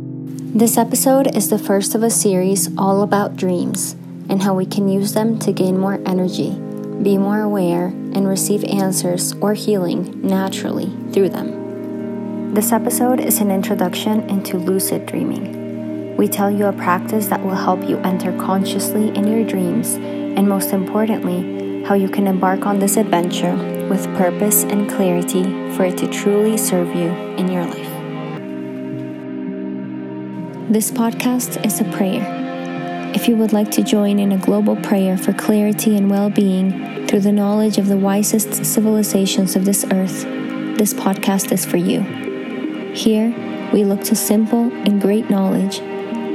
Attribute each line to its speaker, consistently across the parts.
Speaker 1: This episode is the first of a series all about dreams and how we can use them to gain more energy, be more aware, and receive answers or healing naturally through them. This episode is an introduction into lucid dreaming. We tell you a practice that will help you enter consciously in your dreams and, most importantly, how you can embark on this adventure with purpose and clarity for it to truly serve you in your life. This podcast is a prayer. If you would like to join in a global prayer for clarity and well being through the knowledge of the wisest civilizations of this earth, this podcast is for you. Here, we look to simple and great knowledge,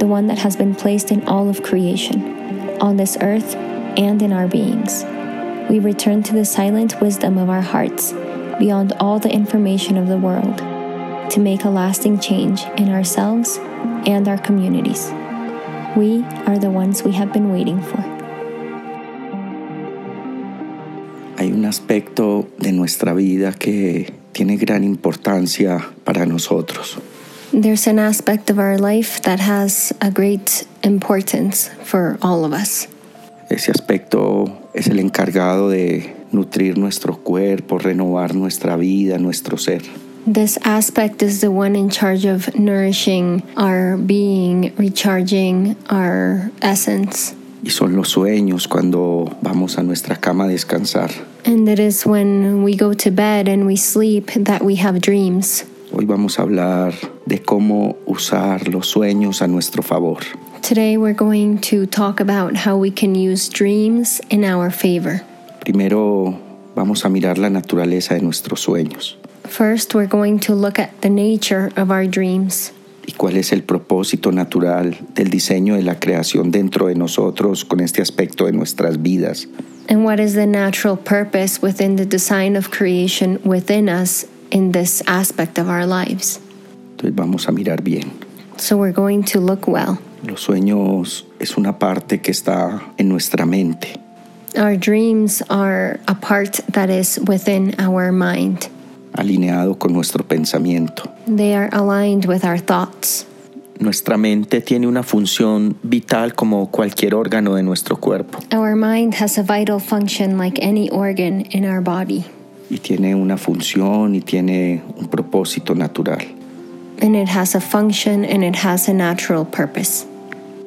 Speaker 1: the one that has been placed in all of creation, on this earth, and in our beings. We return to the silent wisdom of our hearts, beyond all the information of the world, to make a lasting change in ourselves and our communities. We are the ones we have been waiting for.
Speaker 2: Hay un aspecto de nuestra vida que tiene gran importancia para nosotros.
Speaker 1: There's an aspect of our life that has a great importance for all of us.
Speaker 2: Ese aspecto es el encargado de nutrir nuestro cuerpo, renovar nuestra vida, nuestro ser.
Speaker 1: This aspect is the one in charge of nourishing our being, recharging our essence.
Speaker 2: Y son los sueños cuando vamos a nuestra cama a descansar.
Speaker 1: And it is when we go to bed and we sleep that we have dreams.
Speaker 2: Hoy vamos a hablar de cómo usar los sueños a nuestro favor.
Speaker 1: Today we're going to talk about how we can use dreams in our favor.
Speaker 2: Primero vamos a mirar la naturaleza de nuestros sueños.
Speaker 1: First, we're going to look at the nature of our dreams.
Speaker 2: ¿Y cuál es el propósito natural del diseño de la creación dentro de nosotros con este aspecto de nuestras vidas?
Speaker 1: And what is the natural purpose within the design of creation within us in this aspect of our lives?
Speaker 2: Entonces vamos a mirar bien.
Speaker 1: So we're going to look well.
Speaker 2: Los sueños es una parte que está en nuestra mente.
Speaker 1: Our dreams are a part that is within our mind.
Speaker 2: alineado con nuestro pensamiento.
Speaker 1: They are aligned with our thoughts.
Speaker 2: Nuestra mente tiene una función vital como cualquier órgano de nuestro cuerpo.
Speaker 1: Our mind has a vital function like any organ in our body.
Speaker 2: Y tiene una función y tiene un propósito natural.
Speaker 1: And it has a function and it has a natural purpose.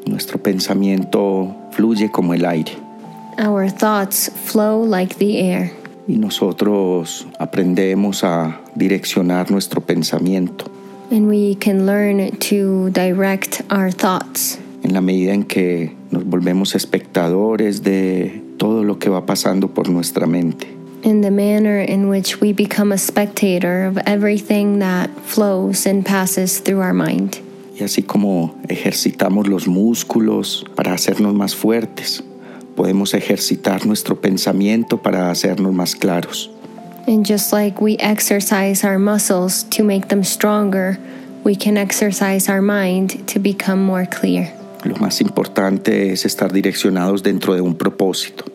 Speaker 2: Nuestro pensamiento fluye como el aire.
Speaker 1: Our thoughts flow like the air.
Speaker 2: y nosotros aprendemos a direccionar nuestro pensamiento.
Speaker 1: And we can learn to direct our thoughts.
Speaker 2: En la medida en que nos volvemos espectadores de todo lo que va pasando por nuestra mente.
Speaker 1: In the manner in which we become a spectator of everything that flows and passes through our mind.
Speaker 2: Y así como ejercitamos los músculos para hacernos más fuertes, podemos ejercitar nuestro pensamiento para hacernos más claros.
Speaker 1: And just like we exercise our muscles to make them stronger, we can exercise our mind to become more clear.
Speaker 2: Lo más importante es estar direccionados dentro de un propósito.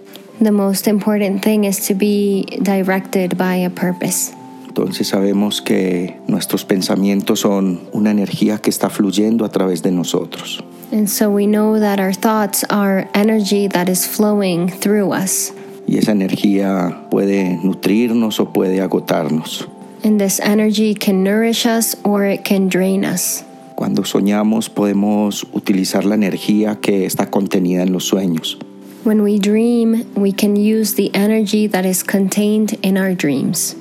Speaker 1: The most important thing is to be directed by a purpose.
Speaker 2: Entonces sabemos que nuestros pensamientos son una energía que está fluyendo a través de nosotros.
Speaker 1: And so we know that our thoughts are energy that is flowing through us.
Speaker 2: Y esa energía puede nutrirnos o puede agotarnos.
Speaker 1: And this energy can nourish us or it can drain us.
Speaker 2: Cuando soñamos podemos utilizar la energía que está contenida en los sueños.
Speaker 1: When we dream, we can use the energy that is contained in our dreams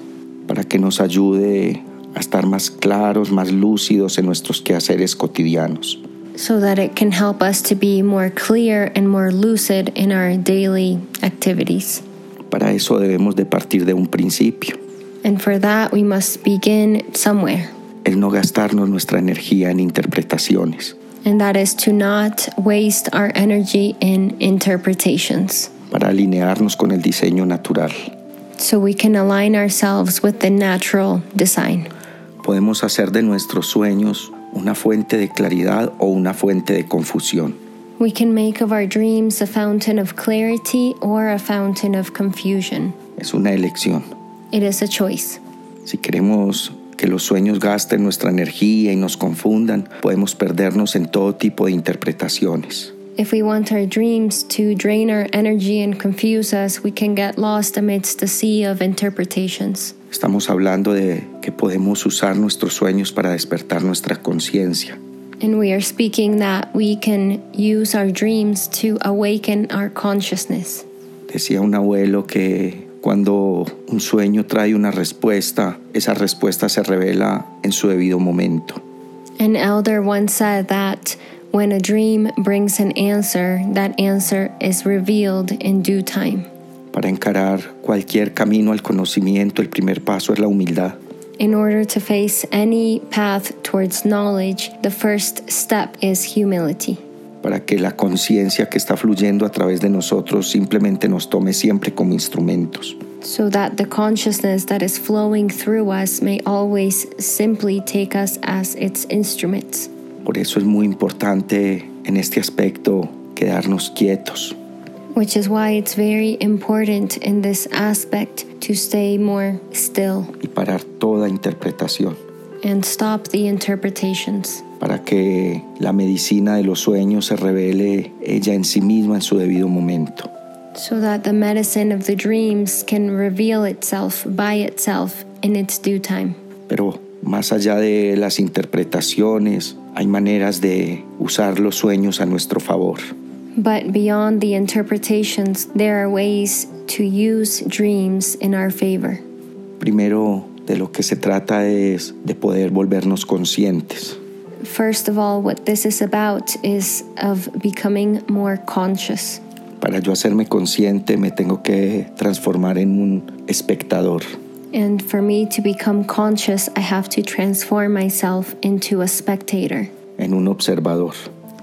Speaker 2: Para que nos ayude a estar más claros, más lúcidos en nuestros quehaceres cotidianos.
Speaker 1: so that it can help us to be more clear and more lucid in our daily activities.
Speaker 2: Para eso debemos de partir de un principio.
Speaker 1: And for that, we must begin somewhere,
Speaker 2: Es no gastarnos nuestra energía en interpretaciones.
Speaker 1: and that is to not waste our energy in interpretations.
Speaker 2: Para alinearnos con el diseño natural.
Speaker 1: so we can align ourselves with the natural design.
Speaker 2: Podemos hacer de nuestros sueños una fuente de claridad o una fuente de confusión.
Speaker 1: We can make of our dreams a fountain of clarity or a fountain of confusion.
Speaker 2: Es una elección.
Speaker 1: It is a choice.
Speaker 2: Si queremos que los sueños gasten nuestra energía y nos confundan, podemos perdernos en todo tipo de interpretaciones.
Speaker 1: If we want our dreams to drain our energy and confuse us, we can get lost amidst the sea of interpretations.
Speaker 2: Estamos hablando de que podemos usar nuestros sueños para despertar nuestra conciencia.
Speaker 1: And we are speaking that we can use our dreams to awaken our consciousness.
Speaker 2: Decía un abuelo que cuando un sueño trae una respuesta, esa respuesta se revela en su debido momento.
Speaker 1: An elder once said that when a dream brings an answer, that answer is revealed in due time.
Speaker 2: Para encarar cualquier camino al conocimiento, el primer paso es la humildad.
Speaker 1: In order to face any path towards knowledge, the first step is humility.
Speaker 2: para que la conciencia que está fluyendo a través de nosotros simplemente nos tome siempre como instrumentos.
Speaker 1: so that the consciousness that is flowing through us may always simply take us as its instruments.
Speaker 2: Por eso es muy importante en este aspecto quedarnos quietos,
Speaker 1: Which is why it's very important in this aspect to stay more still
Speaker 2: y parar toda interpretación
Speaker 1: and stop the interpretations
Speaker 2: para que la medicina de los sueños se revele ella en sí misma en su debido momento.
Speaker 1: so that the medicine of the dreams can reveal itself by itself in its due time.
Speaker 2: Pero más allá de las interpretaciones, hay maneras de usar los sueños a nuestro favor.
Speaker 1: But beyond the interpretations, there are ways to use dreams in our favor.
Speaker 2: Primero, de lo que se trata es de poder volvernos conscientes.
Speaker 1: First of all, what this is about is of becoming more conscious.
Speaker 2: Para yo hacerme consciente me tengo que transformar en un espectador.
Speaker 1: And for me to become conscious, I have to transform myself into a spectator,
Speaker 2: en un observador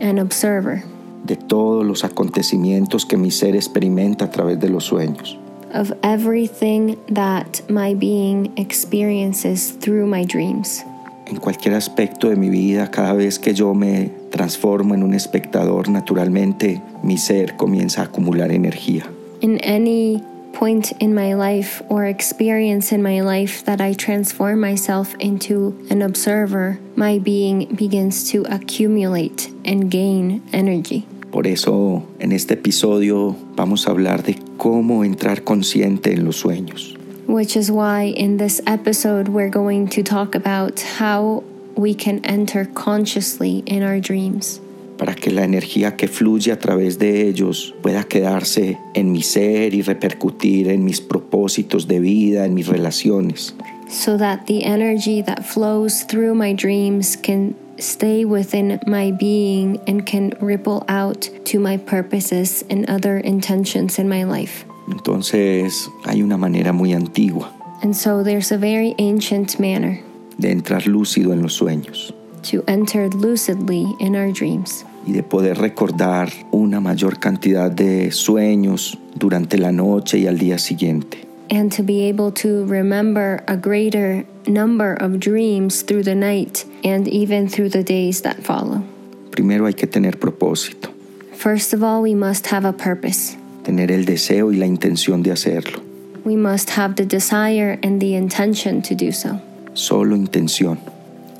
Speaker 1: an observer
Speaker 2: de todos los acontecimientos que mi ser experimenta a través de los sueños.
Speaker 1: of everything that my being experiences through my dreams.
Speaker 2: En cualquier aspecto de mi vida, cada vez que yo me transformo en un espectador, naturalmente mi ser comienza a acumular energía.
Speaker 1: In any point in my life or experience in my life that I transform myself into an observer, my being begins to accumulate and gain energy.
Speaker 2: Por eso, en este episodio vamos a hablar de cómo entrar consciente en los sueños.
Speaker 1: Which is why in this episode, we're going to talk about how we can enter consciously in our dreams
Speaker 2: para que la energía que fluye a través de ellos pueda quedarse en mi ser y repercutir en mis propósitos de vida, en mis relaciones.
Speaker 1: so that the energy that flows through my dreams can stay within my being and can ripple out to my purposes and other intentions in my life.
Speaker 2: Entonces hay una manera muy antigua
Speaker 1: And so there's a very ancient manner
Speaker 2: de entrar lúcido en los sueños
Speaker 1: to enter lucidly in our dreams
Speaker 2: y de poder recordar una mayor cantidad de sueños durante la noche y al día siguiente.
Speaker 1: and to be able to remember a greater number of dreams through the night and even through the days that follow.
Speaker 2: Primero hay que tener propósito,
Speaker 1: First of all, we must have a purpose.
Speaker 2: tener el deseo y la intención de hacerlo,
Speaker 1: We must have the desire and the intention to do so.
Speaker 2: solo intención.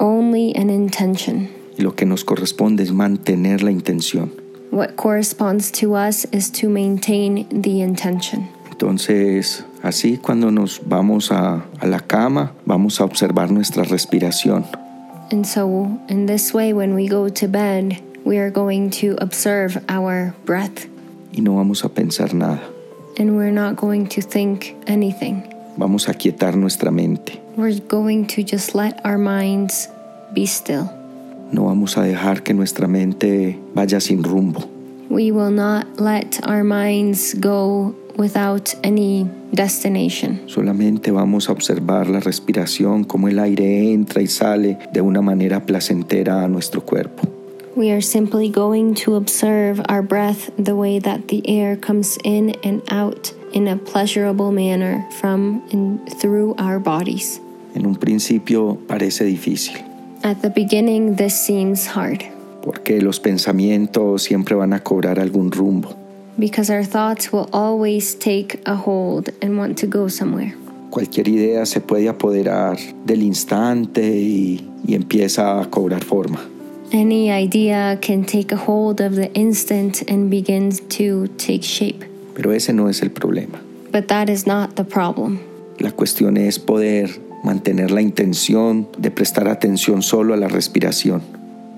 Speaker 1: Only an intention.
Speaker 2: Y lo que nos corresponde es mantener la intención.
Speaker 1: What corresponds to us is to maintain the intention.
Speaker 2: Entonces, así cuando nos vamos a, a la cama, vamos a observar nuestra respiración.
Speaker 1: And so, in this way, when we go to bed, we are going to observe our breath
Speaker 2: Y no vamos a pensar nada.
Speaker 1: and we're not going to think anything.
Speaker 2: Vamos a quietar nuestra mente.
Speaker 1: We're going to just let our minds be still.
Speaker 2: No vamos a dejar que nuestra mente vaya sin rumbo.
Speaker 1: We will not let our minds go without any destination.
Speaker 2: Solamente vamos a observar la respiración, cómo el aire entra y sale de una manera placentera a nuestro cuerpo.
Speaker 1: We are simply going to observe our breath the way that the air comes in and out in a pleasurable manner from and through our bodies.
Speaker 2: En un principio parece difícil,
Speaker 1: At the beginning, this seems hard
Speaker 2: porque los pensamientos siempre van a cobrar algún rumbo.
Speaker 1: because our thoughts will always take a hold and want to go somewhere.
Speaker 2: Cualquier idea se puede apoderar del instante y, y empieza a cobrar forma.
Speaker 1: Any idea can take a hold of the instant and begins to take shape.
Speaker 2: Pero ese no es el problema.
Speaker 1: But that is not the problem.
Speaker 2: La cuestión es poder mantener la intención de prestar atención solo a la respiración.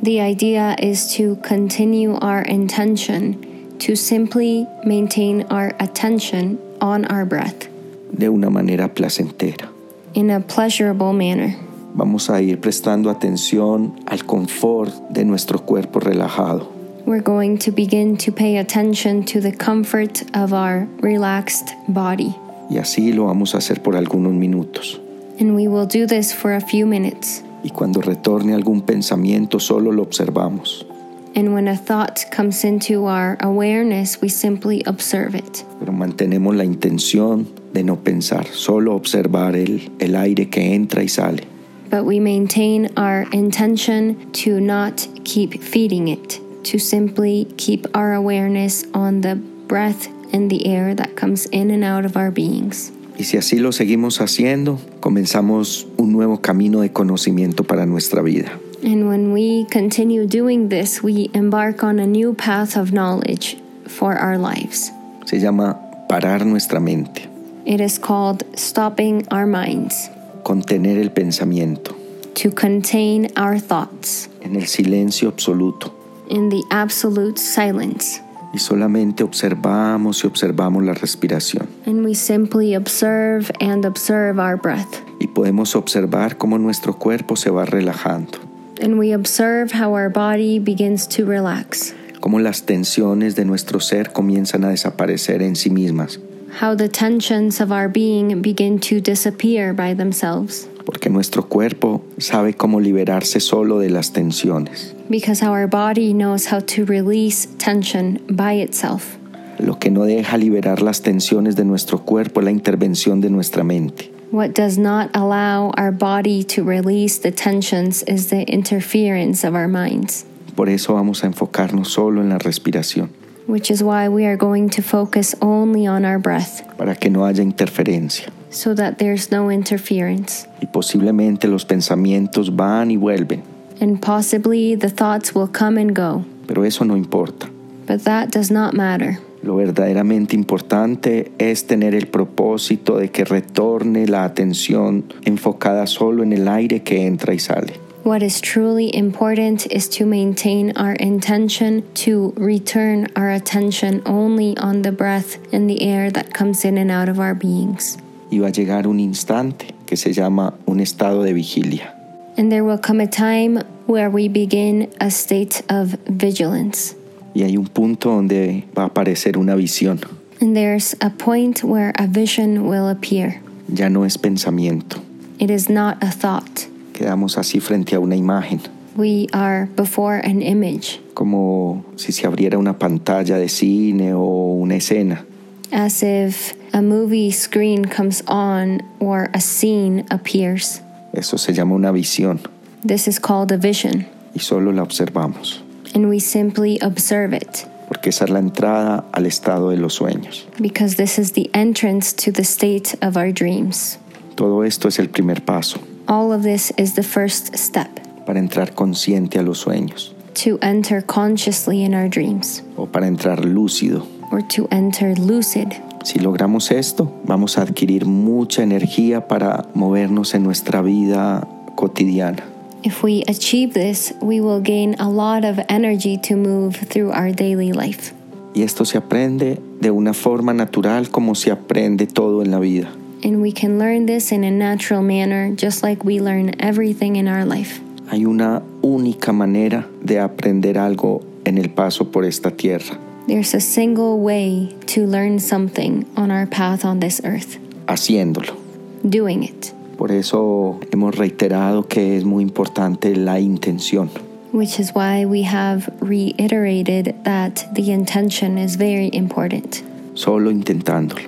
Speaker 1: The idea is to continue our intention, to simply maintain our attention on our breath
Speaker 2: de una manera placentera.
Speaker 1: in a pleasurable manner.
Speaker 2: Vamos a ir prestando atención al confort de nuestro cuerpo relajado.
Speaker 1: We're going to begin to pay attention to the comfort of our relaxed body.
Speaker 2: Y así lo vamos a hacer por algunos minutos.
Speaker 1: And we will do this for a few minutes.
Speaker 2: Y cuando retorne algún pensamiento solo lo observamos.
Speaker 1: And when a thought comes into our awareness, we simply observe it.
Speaker 2: Pero mantenemos la intención de no pensar, solo observar el, el aire que entra y sale.
Speaker 1: But we maintain our intention to not keep feeding it, to simply keep our awareness on the breath and the air that comes in and out of our beings.
Speaker 2: Y si así lo seguimos haciendo, comenzamos un nuevo camino de conocimiento para nuestra vida.
Speaker 1: And when we continue doing this, we embark on a new path of knowledge for our lives.
Speaker 2: Se llama parar nuestra mente,
Speaker 1: It is called stopping our minds,
Speaker 2: contener el pensamiento
Speaker 1: to contain our thoughts
Speaker 2: en el silencio absoluto.
Speaker 1: in the absolute silence.
Speaker 2: Y solamente observamos y observamos la respiración.
Speaker 1: And we simply observe and observe our breath.
Speaker 2: Y podemos observar cómo nuestro cuerpo se va relajando,
Speaker 1: And we observe how our body begins to relax,
Speaker 2: cómo las tensiones de nuestro ser comienzan a desaparecer en sí mismas,
Speaker 1: how the tensions of our being begin to disappear by themselves,
Speaker 2: porque nuestro cuerpo sabe cómo liberarse solo de las tensiones.
Speaker 1: because our body knows how to release tension by itself.
Speaker 2: Lo que no deja liberar las tensiones de nuestro cuerpo es la intervención de nuestra mente.
Speaker 1: What does not allow our body to release the tensions is the interference of our minds,
Speaker 2: Por eso vamos a enfocarnos solo en la respiración,
Speaker 1: which is why we are going to focus only on our breath
Speaker 2: para que no haya interferencia.
Speaker 1: so that there's no interference.
Speaker 2: Y posiblemente los pensamientos van y vuelven,
Speaker 1: And possibly the thoughts will come and go,
Speaker 2: pero eso no importa.
Speaker 1: but that does not matter.
Speaker 2: Lo verdaderamente importante es tener el propósito de que retorne la atención enfocada solo en el aire que entra y sale.
Speaker 1: What is truly important is to maintain our intention to return our attention only on the breath and the air that comes in and out of our beings.
Speaker 2: Y va a llegar un instante que se llama un estado de vigilia.
Speaker 1: And there will come a time where we begin a state of vigilance.
Speaker 2: Y hay un punto donde va a aparecer una visión.
Speaker 1: And there's a point where a vision will appear.
Speaker 2: Ya no es pensamiento.
Speaker 1: It is not a thought.
Speaker 2: Quedamos así frente a una imagen,
Speaker 1: We are before an image,
Speaker 2: como si se abriera una pantalla de cine o una escena.
Speaker 1: as if a movie screen comes on or a scene appears.
Speaker 2: Eso se llama una visión
Speaker 1: This is called a vision,
Speaker 2: y solo la observamos,
Speaker 1: and we simply observe it
Speaker 2: porque esa es la entrada al estado de los sueños.
Speaker 1: because this is the entrance to the state of our dreams.
Speaker 2: Todo esto es el primer paso
Speaker 1: All of this is the first step
Speaker 2: para entrar consciente a los sueños
Speaker 1: to enter consciously in our dreams
Speaker 2: o para entrar lúcido.
Speaker 1: or to enter lucid.
Speaker 2: Si logramos esto, vamos a adquirir mucha energía para movernos en nuestra vida cotidiana.
Speaker 1: If we achieve this, we will gain a lot of energy to move through our daily life.
Speaker 2: Y esto se aprende de una forma natural como se aprende todo en la vida.
Speaker 1: And we can learn this in a natural manner, just like we learn everything in our life.
Speaker 2: Hay una única manera de aprender algo en el paso por esta tierra,
Speaker 1: There's a single way to learn something on our path on this earth
Speaker 2: haciéndolo.
Speaker 1: doing it,
Speaker 2: Por eso hemos reiterado que es muy importante la intención.
Speaker 1: which is why we have reiterated that the intention is very important.
Speaker 2: Solo intentándolo,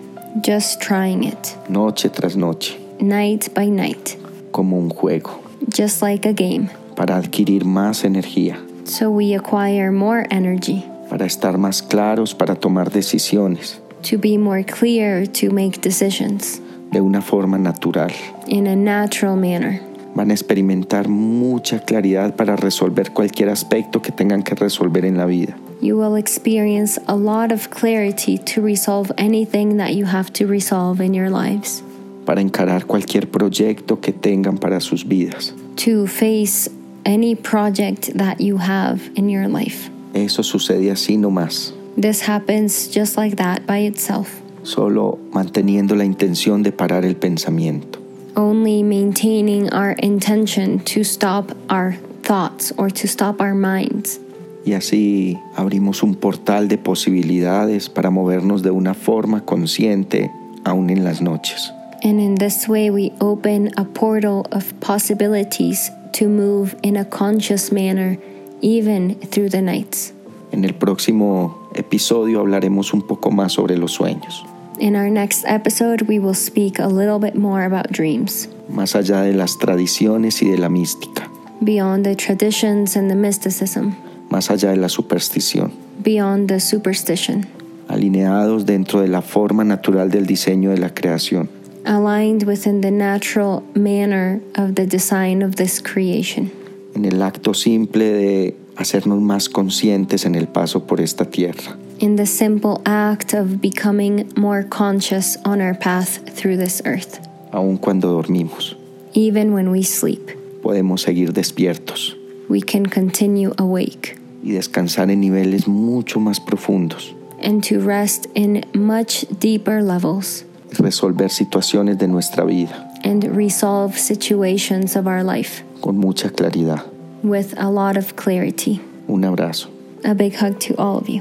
Speaker 1: Just trying it,
Speaker 2: noche tras noche,
Speaker 1: night by night,
Speaker 2: como un juego,
Speaker 1: just like a game.
Speaker 2: para adquirir más energía,
Speaker 1: So we acquire more energy.
Speaker 2: para estar más claros, para tomar decisiones,
Speaker 1: to be more clear to make decisions,
Speaker 2: de una forma natural.
Speaker 1: in a natural manner.
Speaker 2: Van a experimentar mucha claridad para resolver cualquier aspecto que tengan que resolver en la vida.
Speaker 1: You will experience a lot of clarity to resolve anything that you have to resolve in your lives,
Speaker 2: para encarar cualquier proyecto que tengan para sus vidas.
Speaker 1: to face any project that you have in your life.
Speaker 2: Eso sucede así nomás,
Speaker 1: This happens just like that by itself,
Speaker 2: solo manteniendo la intención de parar el pensamiento.
Speaker 1: only maintaining our intention to stop our thoughts or to stop our minds.
Speaker 2: Y así abrimos un portal de posibilidades para movernos de una forma consciente aún en las noches.
Speaker 1: And in this way, we open a portal of possibilities to move in a conscious manner, even through the nights.
Speaker 2: En el próximo episodio hablaremos un poco más sobre los sueños,
Speaker 1: In our next episode, we will speak a little bit more about dreams,
Speaker 2: más allá de las tradiciones y de la mística,
Speaker 1: beyond the traditions and the mysticism,
Speaker 2: más allá de la superstición,
Speaker 1: beyond the superstition,
Speaker 2: alineados dentro de la forma natural del diseño de la creación.
Speaker 1: aligned within the natural manner of the design of this creation,
Speaker 2: en el acto simple de hacernos más conscientes en el paso por esta tierra.
Speaker 1: in the simple act of becoming more conscious on our path through this earth.
Speaker 2: Aun cuando dormimos,
Speaker 1: Even when we sleep,
Speaker 2: podemos seguir despiertos
Speaker 1: we can continue awake
Speaker 2: y descansar en niveles mucho más profundos
Speaker 1: and to rest in much deeper levels
Speaker 2: y resolver situaciones de nuestra vida
Speaker 1: and resolve situations of our life
Speaker 2: con mucha claridad.
Speaker 1: with a lot of clarity.
Speaker 2: Un abrazo.
Speaker 1: A big hug to all of you.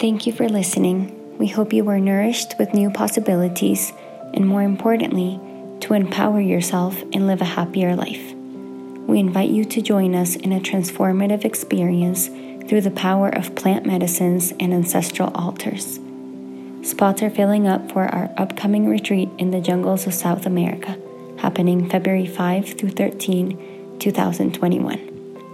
Speaker 1: Thank you for listening. We hope you were nourished with new possibilities and, more importantly, to empower yourself and live a happier life. We invite you to join us in a transformative experience through the power of plant medicines and ancestral altars. Spots are filling up for our upcoming retreat in the jungles of South America, happening February 5 through 13, 2021.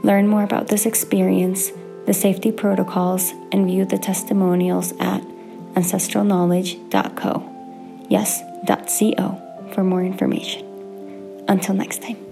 Speaker 1: Learn more about this experience, the safety protocols, and view the testimonials at ancestralknowledge.co. Yes, .co for more information. Until next time.